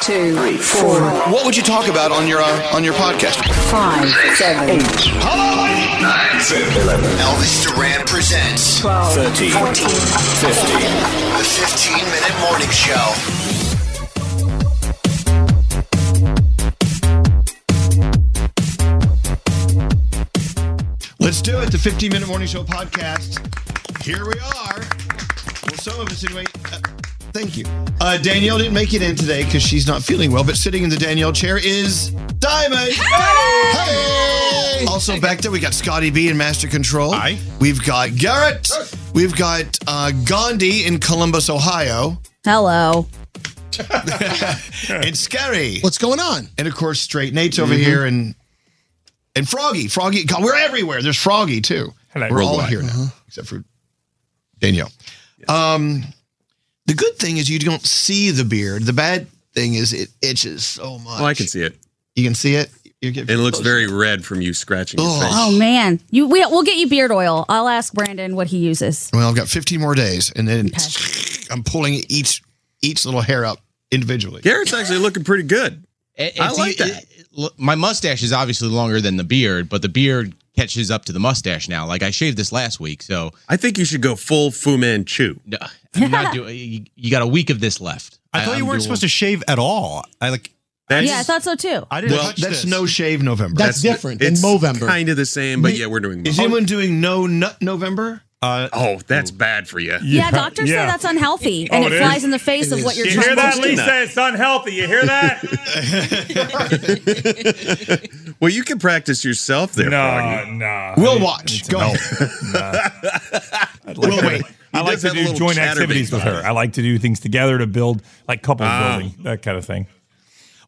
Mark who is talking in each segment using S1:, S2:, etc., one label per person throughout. S1: two, four,
S2: What would you talk about on your uh, on your podcast?
S1: five, seven, eight,
S2: Elvis Duran presents
S1: twelve, fourteen, fifteen.
S2: the 15 minute morning show.
S3: Let's do it. The 15 Minute Morning Show podcast. Here we are. Well, some of us anyway. Uh, thank you. Uh, Danielle didn't make it in today because she's not feeling well, but sitting in the Danielle chair is Diamond. Hey! Also back there, we got Scotty B in Master Control.
S4: Hi.
S3: We've got Garrett. We've got uh, Gandhi in Columbus, Ohio.
S5: Hello.
S3: And Scary.
S4: What's going on?
S3: And of course, Straight Nate's over here and and Froggy. Froggy. God, we're everywhere. There's Froggy too.
S4: Hello.
S3: We're all
S4: Worldwide. Uh-huh.
S3: here now, except for Danielle. Um, the good thing is you don't see the beard. The bad thing is it itches so much.
S4: Oh, I can see it.
S3: You can see it. You get
S4: It looks
S3: close.
S4: very red from you scratching your
S3: Oh.
S4: face.
S5: Oh man, you we, we'll get you beard oil. I'll ask Brandon what he uses.
S3: Well, I've got 15 more days, and then I'm pulling each each little hair up individually.
S4: Garrett's actually looking pretty good.
S6: It-
S4: I
S6: it's-
S4: like
S6: it-
S4: that.
S6: it- look, my mustache is obviously longer than the beard, but the beard catches up to the mustache now. Like I shaved this last week, so
S4: I think you should go full Fu Manchu.
S6: no, I'm not doing. You, you got a week of this left.
S7: I thought you
S6: I'm
S7: weren't
S6: doing-
S7: supposed to shave at all. I like.
S4: That's,
S5: yeah, I thought so too.
S7: I didn't
S3: Well,
S7: touch
S3: that's
S7: this.
S3: no shave November.
S7: That's different than
S4: It's
S7: Movember.
S4: kind of the same, but yeah, we're doing.
S3: is
S4: Mo-
S3: anyone doing no nut November?
S7: Uh,
S4: oh, that's bad for you.
S5: yeah, doctors say that's unhealthy and
S7: Oh,
S5: it,
S7: it
S5: flies
S7: is?
S5: in the face of what you're trying to do.
S4: It's unhealthy. You hear that? well, you can practice yourself there. Froggy.
S7: no.
S3: We'll watch. Go ahead.
S7: We'll wait. I
S4: He
S7: like
S4: does
S7: to
S4: have a
S7: do
S4: little
S7: joint
S4: chatterbait
S7: activities with her.
S4: vibe.
S7: I like to do things together to build like couple
S4: Ah.
S7: building, that kind of thing.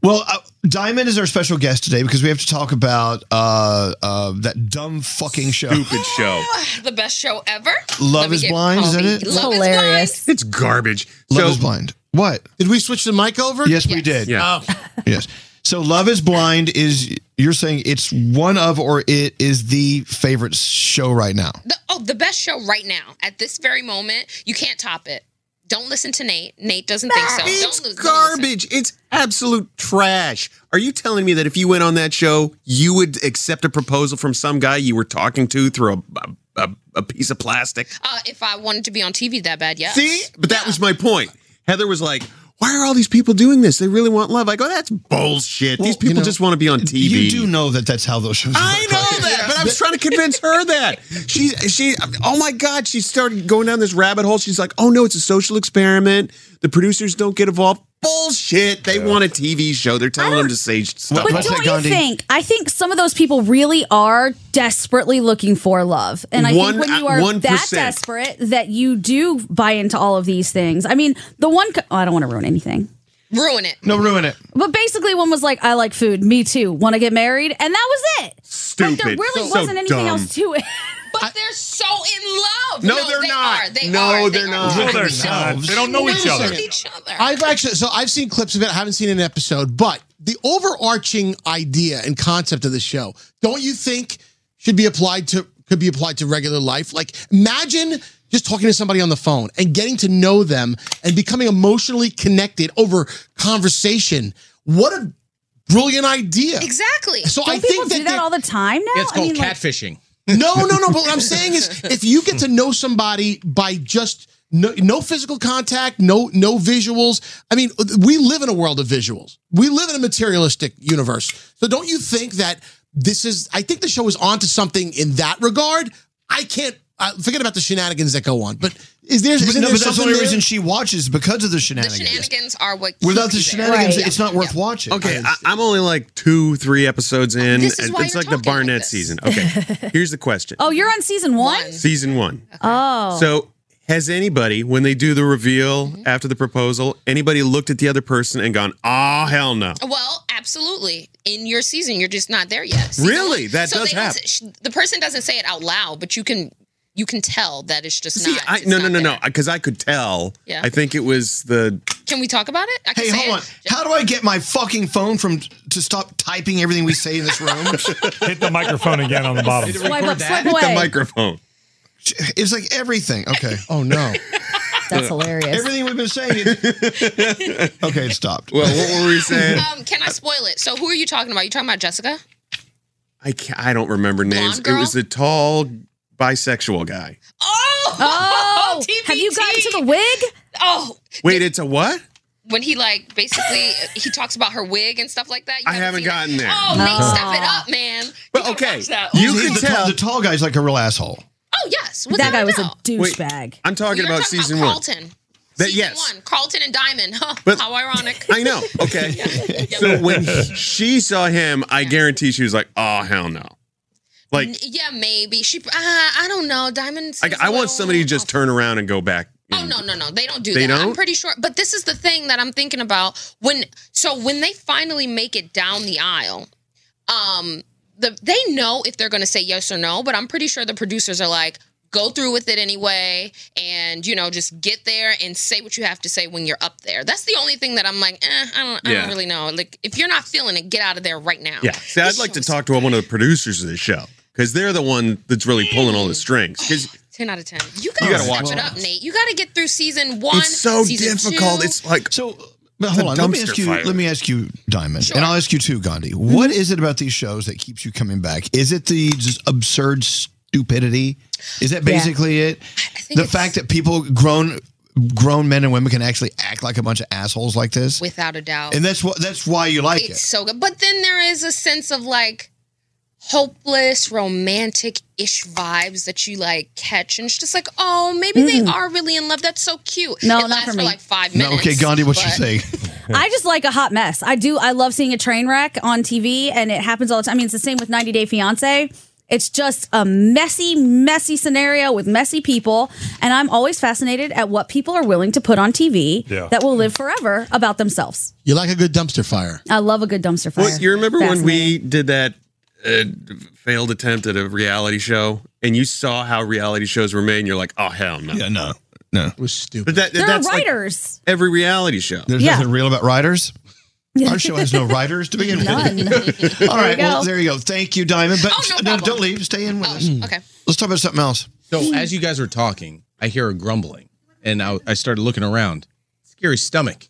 S3: Well, uh, Diamond is our special guest today because we have to talk about uh, uh, that dumb fucking show.
S4: Stupid show.
S8: the best show ever.
S3: Love is Blind. Is that it?
S5: It's hilarious.
S4: It's garbage.
S3: Love
S4: so,
S3: is blind. What?
S7: Did we switch the mic over? Oh.
S3: Yes, we did.
S4: Yeah.
S3: Yes. So Love is Blind is you're saying it's one of or it is the favorite show right now.
S8: The, oh, the best show right now at this very moment. You can't top it. Don't listen to Nate. Nate doesn't think so.
S9: It's
S8: Don't lose.
S9: garbage. It's absolute trash. Are you telling me that if you went on that show, you would accept a proposal from some guy you were talking to through a a, a piece of plastic?
S8: Uh, if I wanted to be on TV that bad, yes.
S9: See, but that was my point. Heather was like, "Why are all these people doing this? They really want love." I go, "That's bullshit.
S3: Well,
S9: these people
S3: you know,
S9: just want to be on TV."
S3: You do know that that's how those shows.
S9: I know that, but I was trying to convince her that she she oh my god, she started going down this rabbit hole. She's like, "Oh no, it's a social experiment. The producers don't get involved." Bullshit. They want a TV show. They're telling them to say stuff.
S5: But don't you think? I think some of those people really are desperately looking for love, and I
S9: One-
S5: think when you are
S9: uh, 1%.
S5: that desperate, that you do buy into all of these things. I mean, the one co- oh, I don't want to ruin anything.
S8: Ruin it.
S3: No, ruin it.
S5: But basically, one was like, "I like food. Me too. Want to get married?" And that was it. Like, there
S9: Stupid.
S5: really
S9: So
S5: wasn't anything
S9: dumb.
S5: else to it.
S8: But they're so in love.
S9: No, they're
S8: they
S9: not.
S8: Are. They
S9: No,
S8: are.
S9: they're
S8: they
S9: not.
S8: Are.
S9: No, they're
S10: not. They don't know each
S8: They
S10: other.
S8: love each other.
S10: I've actually, so I've seen clips of it. I haven't seen an episode, but the overarching idea and concept of the show, don't you think, should be applied to could be applied to regular life? Like, imagine just talking to somebody on the phone and getting to know them and becoming emotionally connected over conversation. What a brilliant idea!
S8: Exactly.
S10: So
S5: Don't
S10: I
S5: people
S10: think that
S5: do that
S10: they-
S5: all the time now.
S6: It's called
S5: I mean, like,
S6: catfishing.
S10: no, no, no. But what I'm saying is, if you get to know somebody by just no, no physical contact, no no visuals. I mean, we live in a world of visuals. We live in a materialistic universe. So don't you think that this is? I think the show is onto something in that regard. I can't uh, forget about the shenanigans that go on. But is there?
S3: But
S10: Isn't
S3: no,
S10: there
S3: but that's the
S10: something
S3: only
S10: there?
S3: reason she watches because of the shenanigans.
S8: Shenanigans are what.
S3: Without the
S8: keep you there.
S3: shenanigans, it's not worth watching.
S9: Okay, I, I'm only like two, three episodes in.
S5: This is
S9: and
S5: why
S9: it's
S5: you're
S9: like the
S5: talking like
S9: Barnett
S5: this.
S9: season. Okay, here's the question:
S5: oh, you're on season one.
S9: Season one.
S5: Oh, Mm-hmm.
S9: So, has anybody, when they do the reveal after the proposal, anybody looked at the other person and gone, "Ah, hell no"?
S8: Well, absolutely. In your season, you're just not there yet. Season
S9: Really?
S8: one.
S9: That
S8: so
S9: does
S8: they don't
S9: happen.
S8: s- sh- the person doesn't say it out loud, but you can you can tell that it's just
S9: See,
S8: not.
S9: I,
S8: it's
S9: no, no,
S8: not
S9: no,
S8: there.
S9: no, because I could tell.
S8: Yeah.
S9: I think it was the.
S8: Can we talk about it? I can
S3: Hey,
S8: say
S3: hold on.
S8: it.
S3: How do I get my fucking phone from to stop typing everything we say in this room? Hit
S7: the microphone again on the bottom.
S5: Swipe up, swipe
S3: Hit
S5: away.
S9: microphone.
S3: It's like everything. Okay. Oh no.
S5: That's hilarious.
S3: Everything we've been saying. is- okay, it stopped.
S9: Well, what were we saying?
S8: Um, can I spoil it? So who are you talking about? You talking about Jessica?
S9: I can't, I don't remember names. It was a tall bisexual guy.
S8: Oh,
S5: Oh, have you gotten to the wig?
S8: Oh,
S9: Wait, it's a what?
S8: when he like basically he talks about her wig and stuff like that. You
S9: I haven't
S8: seen it?
S9: gotten there.
S8: Oh, Nate, step it up, man.
S9: But okay,
S8: that.
S9: you
S3: He's
S9: can
S3: the,
S9: tell.
S3: Tall, the tall guy's like a real asshole.
S8: Oh yes,
S5: that guy was
S8: a
S5: a douchebag.
S9: I'm talking
S8: You're
S9: about
S8: talking
S9: season
S8: about
S9: one.
S8: Carlton.
S9: That yes,
S8: One Carlton and Diamond. Huh,
S9: But-
S8: how ironic.
S9: I know. Okay. So when he- she saw him, I guarantee she was like, "Oh hell no!" Like
S8: N- yeah, maybe she. Uh, I don't know. Diamond.
S9: I,
S8: seems
S9: I
S8: a
S9: want
S8: little-
S9: somebody to just turn around and go back.
S8: Oh no, no, no. They don't do
S9: They
S8: that. I'm
S9: don't?
S8: pretty sure. But this is the thing that I'm thinking about when so when they finally make it down the aisle, um the they know if they're going to say yes or no, but I'm pretty sure the producers are like go through with it anyway and you know just get there and say what you have to say when you're up there. That's the only thing that I'm like, eh, I don't I
S9: Yeah.
S8: don't really know. Like if you're not feeling it, get out of there right now.
S9: Yeah. See, I'd like to talk to one of the producers of the show because they're the one that's really pulling all the strings. Because
S8: 10 out of 10. You
S9: You
S8: got to
S9: gotta watch it.
S8: it up, Nate. You got to get through season 1.
S9: it's so
S8: season
S9: difficult.
S8: two.
S9: It's like
S3: so. But hold
S9: The
S3: on. Let me
S9: dumpster
S3: ask you.
S9: fire.
S3: Let me ask you, Diamond, and I'll ask you too, Gandhi. What is it about these shows that keeps you coming back? Is it the just absurd stupidity? Is that
S8: Yeah.
S3: basically it?
S8: think
S3: The
S8: it's-
S3: fact that people grown grown men and women can actually act like a bunch of assholes like this,
S8: without a doubt.
S3: and that's what that's why you like
S8: it's
S3: it.
S8: so good. But then there is a sense of like hopeless, romantic ish vibes that you like catch, and it's just like, oh, maybe
S11: Mm.
S8: they are really in love. That's so cute.
S5: No,
S8: it
S5: not
S8: lasts
S5: for
S8: for,
S5: me.
S8: like five
S3: No,
S8: minutes.
S3: okay, Gandhi, what you
S8: but-
S3: saying?
S5: I just like a hot mess. I do. I love seeing a train wreck on TV, and it happens all the time. I mean, it's the same with 90 Day Fiance. It's just a messy, messy scenario with messy people, and I'm always fascinated at what people are willing to put on TV
S10: Yeah.
S5: that will live forever about themselves.
S10: You like a good dumpster fire.
S5: I love a good dumpster fire.
S9: Well, you remember when we did that uh, failed attempt at a reality show, and you saw how reality shows were made, and you're like, "Oh hell no!" Yeah,
S3: no, no.
S10: It was stupid.
S9: But that,
S5: They're
S9: that's like
S5: writers.
S9: every reality show.
S3: There's
S5: Yeah.
S3: nothing real about writers. Our show has no writers to begin
S5: None.
S3: with. All right.
S5: There you
S3: Well,
S5: go.
S3: there you go. Thank you, Diamond. But
S8: Oh, no
S3: no,
S8: problem. Oh,
S3: don't leave. Stay in with us.
S8: Okay.
S3: Let's talk about something else.
S6: So as you guys were talking, I hear a grumbling, and I, I started looking around. Scary stomach.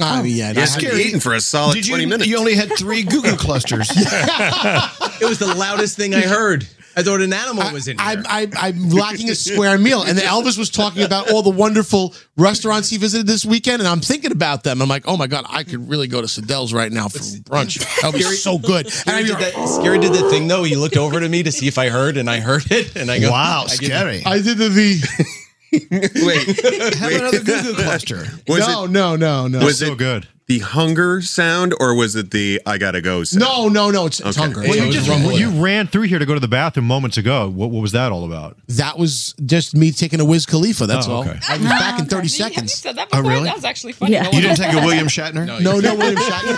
S6: Ah,
S10: Oh, yeah,
S6: I haven't eaten for a solid
S3: Did
S6: 20
S3: you,
S6: minutes.
S3: You only had three Goo Goo clusters.
S6: it was the loudest thing I heard. I thought an animal was in here.
S10: I, I, I'm lacking a square meal. And then Elvis was talking about all the wonderful restaurants he visited this weekend, and I'm thinking about them. I'm like, oh my god, I could really go to Sedell's right now for brunch. That would be
S6: Scary-
S10: so good. And
S6: Scary
S10: I'm
S6: did, that, Scary did that thing though. He looked over to me to see if I heard, and I heard it. And I go,
S3: Wow,
S6: I give-
S3: scary.
S10: I did the, the
S4: Wait,
S3: Have another Goo Goo cluster.
S4: Was
S10: no, no, no, no.
S4: was it good? The hunger sound, or was it the I gotta go sound?
S10: No, no, no. It's, it's
S4: Okay.
S10: hunger.
S4: Well,
S10: It
S4: you
S10: was
S4: just-
S10: rumbling.
S11: you ran through here to go to the bathroom moments ago. What, what was that all about?
S10: that was just me taking a Wiz Khalifa. That's
S11: Oh,
S10: all.
S11: okay.
S10: I was back in 30 seconds.
S8: said that
S10: Oh,
S8: before.
S10: really?
S8: That was actually funny. No
S3: You
S8: one
S3: didn't
S8: else
S3: take
S8: said
S3: a
S8: that.
S3: William Shatner?
S10: No, no, William Shatner.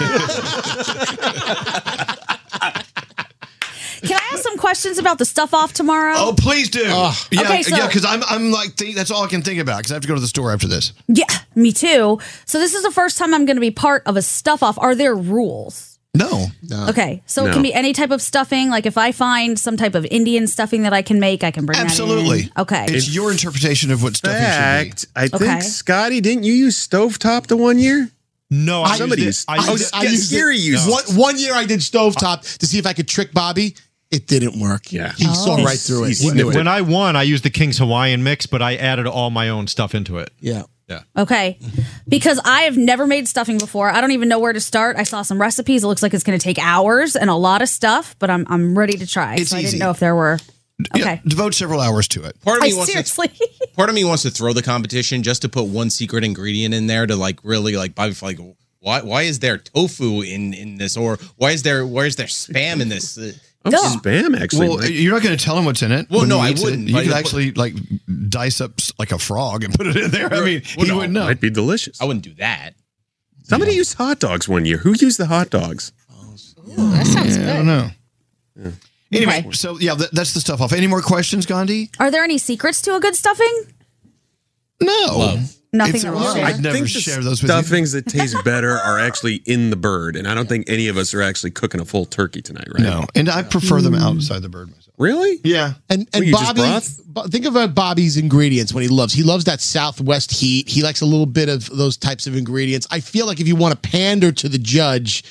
S5: Can I ask some questions about the stuff off tomorrow?
S3: Oh, please do. yeah,
S5: Okay, so-
S3: yeah, because I'm, I'm like, think, that's all I can think about because I have to go to the store after this.
S5: Yeah, me too. So this is the first time I'm going to be part of a stuff off. Are there rules?
S3: No.
S5: Okay, so it
S3: Uh, No.
S5: can be any type of stuffing. Like if I find some type of Indian stuffing that I can make, I can bring that in.
S3: Absolutely.
S5: Okay.
S3: It's your interpretation of what stuff you
S4: fact,
S3: should be.
S4: I think
S5: Okay.
S4: Scotty, didn't you use stovetop the one year?
S11: No,
S10: I
S4: somebody used.
S10: used it. I
S4: oh,
S10: used it. I
S4: yeah,
S10: used it.
S4: Scary used.
S10: One, one year I did stovetop to see if I could trick Bobby. It didn't work. Yeah. He saw right through it. He knew it.
S11: Oh. When I won, I used the King's Hawaiian mix, but I added all my own stuff into it.
S10: Yeah.
S11: Yeah.
S5: Okay. Because I have never made stuffing before. I don't even know where to start. I saw some recipes. It looks like it's going to take hours and a lot of stuff, but I'm I'm ready to try.
S3: It's
S5: so I
S3: easy.
S5: didn't know if there were.
S3: Yeah,
S5: Okay.
S3: devote several hours to it.
S6: Part of
S5: I
S6: me wants
S5: seriously.
S6: to. Part of me wants to throw the competition just to put one secret ingredient in there to like really like Bobby like why why is there tofu in in this or why is there why is there spam in this? Uh,
S5: Duh.
S4: Spam, actually.
S3: well, you're not going to tell him what's in it.
S6: Well,
S3: when
S6: no,
S3: he
S6: I
S3: eats it.
S6: wouldn't,
S3: You
S6: but-
S3: could actually like dice up s- like a frog and put it in there. I mean, he wouldn't know.
S4: Might be delicious.
S6: I wouldn't do that.
S4: Somebody used hot dogs one year. Who used the hot dogs?
S8: That sounds
S3: I
S8: good.
S3: don't know. Anyway, so yeah, that, that's the stuff off. Any more questions, Gandhi?
S5: Are there any secrets to a good stuffing?
S3: No.
S5: Nothing
S3: If
S5: that
S3: there
S5: we'll
S3: are,
S5: share.
S3: I'd never
S4: think the
S3: share those with you.
S4: Stuffings that taste better are actually in the bird, and I don't think any of us are actually cooking a full turkey tonight, right?
S3: No, and I prefer them outside the bird myself.
S4: Really?
S3: Yeah.
S10: And
S4: Well,
S10: and
S4: you just
S10: Bobby, Bo- think about Bobby's ingredients when he loves. He loves that Southwest heat. He likes a little bit of those types of ingredients. I feel like if you want to pander to the judge,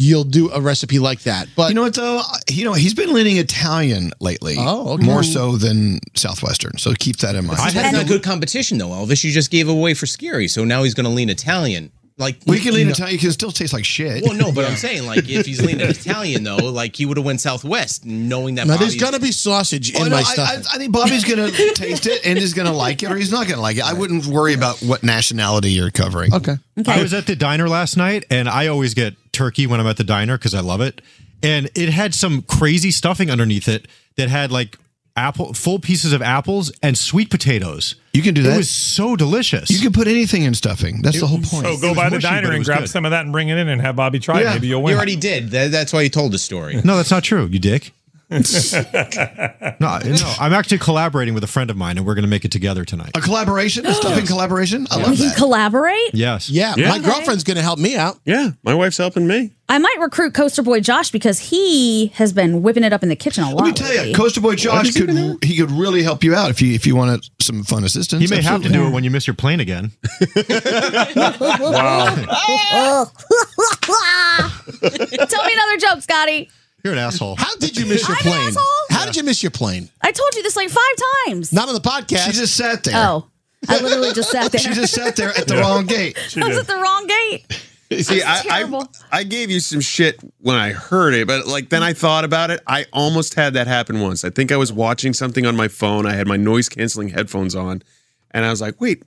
S10: you'll do a recipe like that. But
S3: You know what though? You know he's been leaning Italian lately.
S10: Oh, okay.
S3: More so than Southwestern. So keep that in mind.
S6: I had a good competition though, Elvis. You just gave away for scary, so now he's going to lean Italian. Like
S3: we can lean Italian. You can still taste like shit.
S6: Well, no, but I'm saying like if he's leaning Italian though, like he would have went Southwest, knowing that.
S10: now there's
S6: Bobby's-
S10: gonna be sausage
S3: Oh,
S10: in
S3: no,
S10: my
S3: I,
S10: stuff.
S3: I, I think Bobby's gonna taste it and is gonna like it, or he's not gonna like it. I wouldn't worry about what nationality you're covering.
S10: okay.
S5: Okay.
S11: I was at the diner last night, and I always get turkey when I'm at the diner because I love it. And it had some crazy stuffing underneath it that had like apple, full pieces of apples and sweet potatoes.
S3: You can do
S11: It
S3: that.
S11: was so delicious.
S3: you can put anything in stuffing. That's the whole point.
S7: So
S11: It
S7: go
S11: was
S7: by the
S11: mushy, but
S7: diner
S11: it
S7: and
S11: was
S7: grab
S11: good.
S7: some of that and bring it in and have Bobby try
S3: Yeah.
S7: it. Maybe you'll
S6: You
S7: win.
S6: already did. That, that's why you told the story.
S11: no, that's not true. You dick. no, no, I'm actually collaborating with a friend of mine, and we're going to make it together tonight.
S3: A collaboration, a stuffing collaboration. I
S5: We
S3: love
S5: can
S3: that.
S5: collaborate.
S11: Yes.
S10: Yeah,
S4: Yeah.
S10: my girlfriend's gonna help me out.
S4: Yeah, my wife's helping me.
S5: I might recruit Coaster Boy Josh because he has been whipping it up in the kitchen a lot.
S3: Let me tell
S5: lately.
S3: you, Coaster Boy Josh could he could really help you out if you if you wanted some fun assistance.
S11: He may have to
S3: Absolutely.
S11: do it when you miss your plane again.
S5: tell me another joke, Scotty.
S11: You're an asshole.
S10: How did you miss your
S5: I'm an
S10: plane?
S5: asshole.
S10: How did you miss your plane?
S5: I told you this like five times.
S10: Not on the podcast.
S3: She just sat there.
S5: Oh, I literally just sat there.
S3: She just sat there at the wrong gate.
S5: I was at the wrong gate.
S4: See,
S5: That's
S4: I, I
S5: terrible.
S4: I gave you some shit when I heard it, but like then I thought about it. I almost had that happen once. I think I was watching something on my phone. I had my noise canceling headphones on, and I was like, "Wait,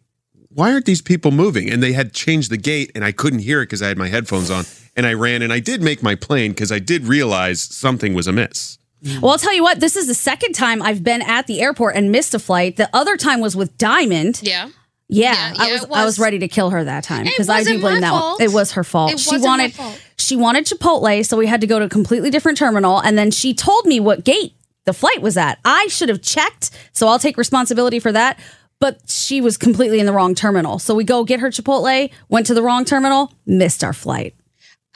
S4: why aren't these people moving?" And they had changed the gate, and I couldn't hear it because I had my headphones on. And I ran, and I did make my plane because I did realize something was amiss.
S5: Well, I'll tell you what. This is the second time I've been at the airport and missed a flight. The other time was with Diamond.
S8: Yeah.
S5: Yeah,
S8: Yeah,
S5: I
S8: yeah,
S5: was,
S8: it
S5: I
S8: was.
S5: was ready to kill her that time
S8: It
S5: because I do
S8: wasn't
S5: blame
S8: my
S5: that
S8: fault.
S5: one. It was her fault.
S8: It
S5: she
S8: wasn't my
S5: wanted
S8: fault.
S5: she wanted Chipotle, so we had to go to a completely different terminal, and then she told me what gate the flight was at. I should have checked, so I'll take responsibility for that. But she was completely in the wrong terminal, so we go get her Chipotle, went to the wrong terminal, missed our flight.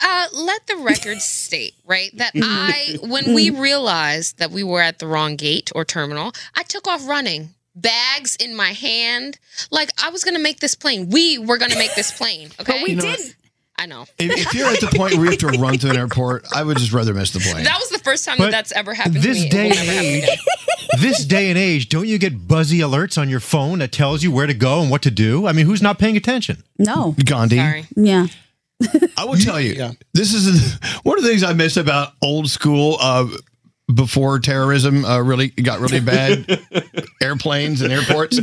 S8: Uh, let the record state, right, that
S11: Mm.
S8: I, when we realized that we were at the wrong gate or terminal, I took off running, bags in my hand. Like, I was going to make this plane. We were going to make this plane. Okay.
S5: But we didn't.
S8: I know.
S3: If, if you're at the point where you have to run to an airport, I would just rather miss the plane.
S8: That was the first time
S11: But
S8: that that's ever happened
S11: this
S8: to me. It
S11: day
S8: will never
S11: and
S8: happen again.
S11: this day and age, don't you get buzzy alerts on your phone that tells you where to go and what to do? I mean, who's not paying attention?
S5: No.
S3: Gandhi.
S5: Yeah.
S3: I will tell you, this is one of the things I miss about old school. Uh, before terrorism uh, really got really bad, airplanes and airports,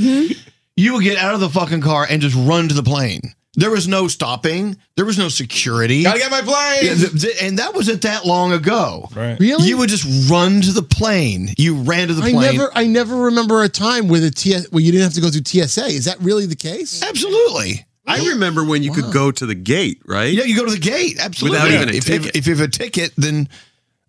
S3: you would get out of the fucking car and just run to the plane. There was no stopping. There was no security.
S6: Gotta get my plane!
S3: Yeah, th- th- and that wasn't that long ago. Right.
S10: Really?
S3: You would just run to the plane. You ran to the
S10: I
S3: plane.
S10: never, I never remember a time where the TS, where you didn't have to go through TSA. Is that really the case?
S3: Absolutely.
S4: I remember when you could go to the gate, right?
S3: Yeah, you go to the gate. Absolutely.
S4: Without
S3: Yeah.
S4: even a
S3: if,
S4: ticket.
S3: If, if you have a ticket, then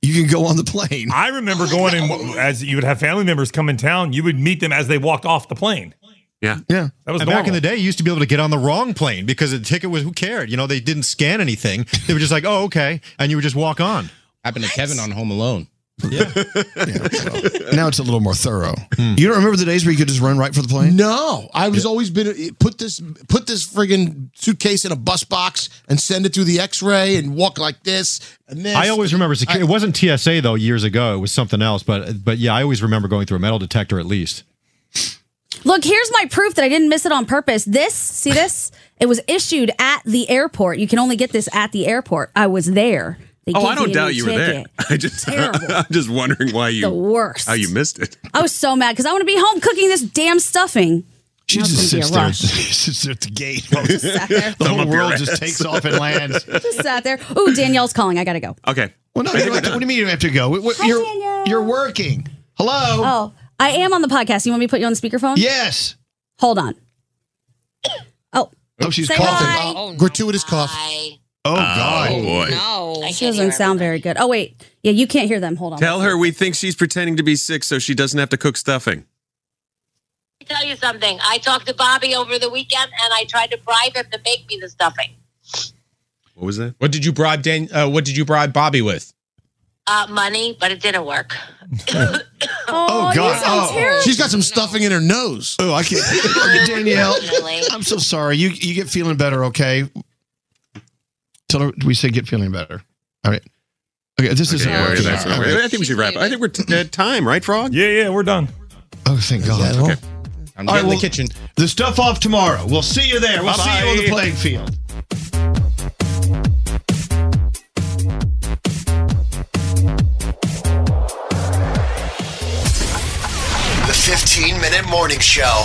S3: you can go on the plane.
S7: I remember going in as you would have family members come in town. You would meet them as they walked off the plane.
S4: Yeah.
S3: Yeah.
S7: That was
S11: and
S7: normal.
S11: back in the day, you used to be able to get on the wrong plane because the ticket was who cared? You know, they didn't scan anything. They were just like, oh, okay. And you would just walk on.
S6: Happened to Kevin on Home Alone.
S3: now it's a little more thorough. You don't remember the days where you could just run right for the plane?
S10: No, I was always been uh, put this put this friggin' suitcase in a bus box and send it through the X-ray and walk like this. And this.
S11: I always remember security. It wasn't TSA though. Years ago, it was something else. But but yeah, I always remember going through a metal detector at least.
S5: Look, here's my proof that I didn't miss it on purpose. This, see this? It was issued at the airport. You can only get this at the airport. I was there. They
S4: Oh,
S5: gave
S4: I don't
S5: me a
S4: doubt
S5: new
S4: you were there.
S5: ticket.
S4: I just, I'm just wondering why you
S5: The worst.
S4: how you missed it.
S5: I was so mad because I want to be home cooking this damn stuffing.
S3: She
S5: Now it's
S3: just
S5: gonna be
S3: sits
S5: a
S3: there,
S5: rush.
S3: sits there at the gate.
S5: there.
S3: the
S4: Thumb
S3: whole
S4: up your
S3: world just
S4: ass.
S3: takes off and lands.
S5: Just sat there. Ooh, Danielle's calling. I gotta go.
S4: Okay.
S3: Well, no, you don't have to- what do you mean you don't have to go? What- what- you're, you're working. Hello.
S5: Oh, I am on the podcast. You want me to put you on the speakerphone?
S3: Yes.
S5: Hold on. Oh.
S3: Oh, she's
S5: Say
S3: coughing.
S5: hi.
S10: gratuitous cough.
S3: Oh, God.
S4: boy.
S8: No.
S5: She doesn't sound very good. Oh wait, yeah, you can't hear them. Hold on.
S4: Tell her we think she's pretending to be sick so she doesn't have to cook stuffing.
S12: tell you something. I talked to Bobby over the weekend, and I tried to bribe him to make me the stuffing.
S4: What was that?
S6: What did you bribe Dan? Uh, what did you bribe Bobby with?
S12: Uh, money, but it didn't work.
S5: Oh,
S3: God. Oh.
S10: She's got some stuffing in her nose.
S3: Oh, I can't. Danielle, I'm so sorry. You you get feeling better, okay? Tell her we say get feeling better. All right. Okay, this isn't
S4: Yeah,
S3: working.
S4: that's
S3: All
S4: all right. I
S3: right.
S4: think we should wrap. up. I think we're t- at time, right, Frog?
S7: Yeah, yeah, we're done.
S3: Oh, thank God.
S10: Okay.
S6: I'm
S3: All right,
S6: getting
S3: well-
S6: the kitchen.
S3: The stuff off tomorrow. We'll see you there. We'll see you on the
S7: Bye-bye.
S3: playing field.
S2: The 15 Minute Morning Show.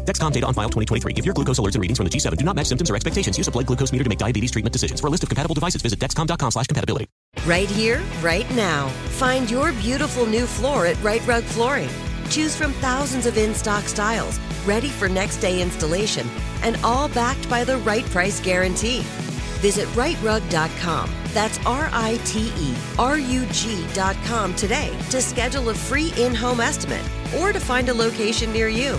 S13: Dexcom data on file 2023. If your glucose alerts and readings from the G7 do not match symptoms or expectations, use a blood glucose meter to make diabetes treatment decisions. For a list of compatible devices, visit dexcom.com/compatibility. slash compatibility.
S14: Right here, right now. Find your beautiful new floor at Right Rug Flooring. Choose from thousands of in stock styles, ready for next day installation, and all backed by the right price guarantee. Visit rightrug.com. That's R I T E R U G.com today to schedule a free in home estimate or to find a location near you.